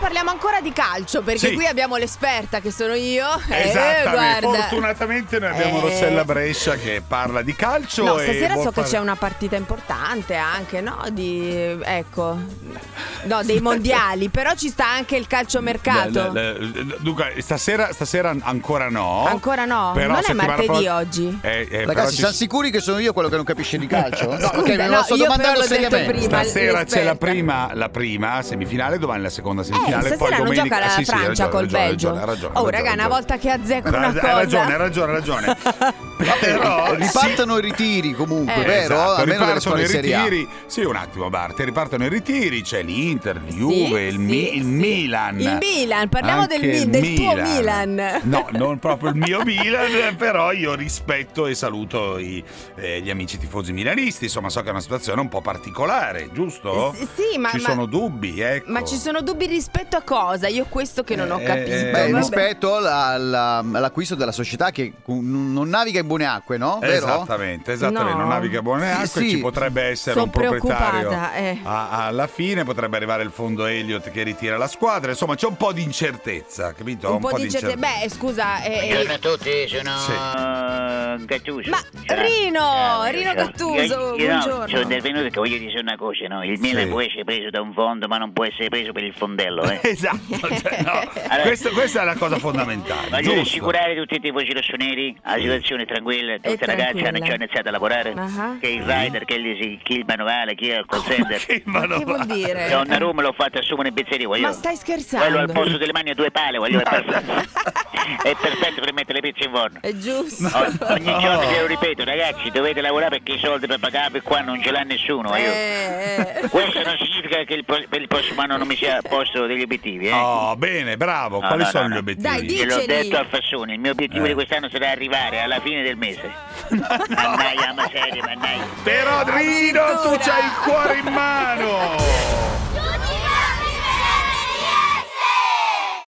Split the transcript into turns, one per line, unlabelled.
parliamo ancora di calcio perché
Sì.
qui abbiamo l'esperta che sono io. Eh,
Esattamente,
guarda.
fortunatamente noi abbiamo
Eh.
Rossella Brescia che parla di calcio
No,
e
stasera so
vuol
che
Eh, fare-
c'è una partita importante anche, no? Di ecco. No, dei mondiali, però ci sta anche il calciomercato.
Le- le- le- Dunque, stasera, stasera an- ancora no.
Ancora no?
Però
Non è
settimana
martedì
pro-
oggi.
Eh, eh, però
Ragazzi,
ci-
siamo sicuri che sono io quello che non capisce di calcio? No,
Scusa,
ok, me
no,
lo sto
io
domandando
però l'ho detto
seriamente.
prima.
Stasera c'è la
l'esperta.
prima, la prima semifinale, domani la seconda
Eh,
semifinale. poi
stasera non
domenica...
gioca la
Ah, sì, sì, hai
Francia
ragione,
col
hai ragione,
Belgio.
hai ragione, hai
oh, raga,
ragione, hai
una
ragione.
volta che azzecco
Ra-
una cosa.
Hai ragione, hai ragione, hai ragione. Però
Eh, Ripartono i ritiri comunque,
Eh,
vero?
Eh, Esatto,
Almeno nelle
ripartono
squadre
i
di Serie A.
ritiri. Sì, un attimo, Bart. Ripartono i ritiri. C'è l'Inter, il
Sì,
Juve, il,
sì,
Mi- il
sì.
Milan.
Il Milan, parliamo del
Anche
Mi-
il
del tuo Milan.
No, non proprio il mio Milan, però io rispetto e saluto i- eh, gli amici tifosi milanisti. Insomma, so che è una situazione un po' particolare, giusto?
S- Eh, sì, ma-
ci
ma-
sono dubbi, ecco.
Ma ci sono dubbi rispetto a cosa? Io questo che non ho
Eh,
capito.
eh,
Beh,
vabbè.
no.
rispetto alla- all'acquisto della società che cu- non naviga in buone acque, no? Vero?
Esattamente, esattamente,
No.
non naviga buone
Sì,
acque,
sì.
ci potrebbe essere
Son
un proprietario.
preoccupata, eh.
a- alla fine potrebbe arrivare il fondo Elliot che ritira la squadra, insomma c'è un po' di incertezza, capito?
un, po' di gente. Beh, scusa, eh,
Buongiorno a tutti, sono
Sì.
eh, Gattuso.
Ma
Ciao.
Rino,
Ciao,
Rino
ciao.
Gattuso,
Io- io no,
buongiorno.
sono intervenuto perché voglio dire una cosa, no? Il Milan
Sì.
può essere preso da un fondo, ma non può essere preso per il fondello, eh.
Esatto, cioè, no,
Allora-
questo- questa è la cosa fondamentale.
Voglio
giusto?
rassicurare tutti i tifosi rossoneri, la situazione è tranquilla, tutti i ragazzi
tranquilla.
hanno già iniziato a lavorare,
Ah.
che il rider, che il, chi il manuale, chi è il call center.
Sì, ma
Ma
non
che vuol
va.
dire?
Donnarumma l'ho fatto assumere in pizzeria, voglio.
Ma stai
Quello al
scherzando?
posto delle mani ha due pale, voglio. È perfetto, è perfetto per mettere le pizze in forno.
È giusto.
Ogni, ogni giorno
No.
glielo ripeto, ragazzi, dovete lavorare perché i soldi per pagarvi qua non ce l'ha nessuno. io.
Eh, eh.
Questo non significa che il, pro- per il prossimo anno non mi sia posto degli obiettivi. Eh.
Oh, bene, bravo.
No,
Quali
no,
sono
no,
gli
no.
obiettivi?
Dai, di-
Gliel'ho
diceli.
detto a Fassoni, il mio obiettivo
Eh.
di quest'anno sarà arrivare alla fine del mese. Mannaia, ma serio, mannaia.
Però Rino, tu
Addirittura.
c'hai il cuore in mano.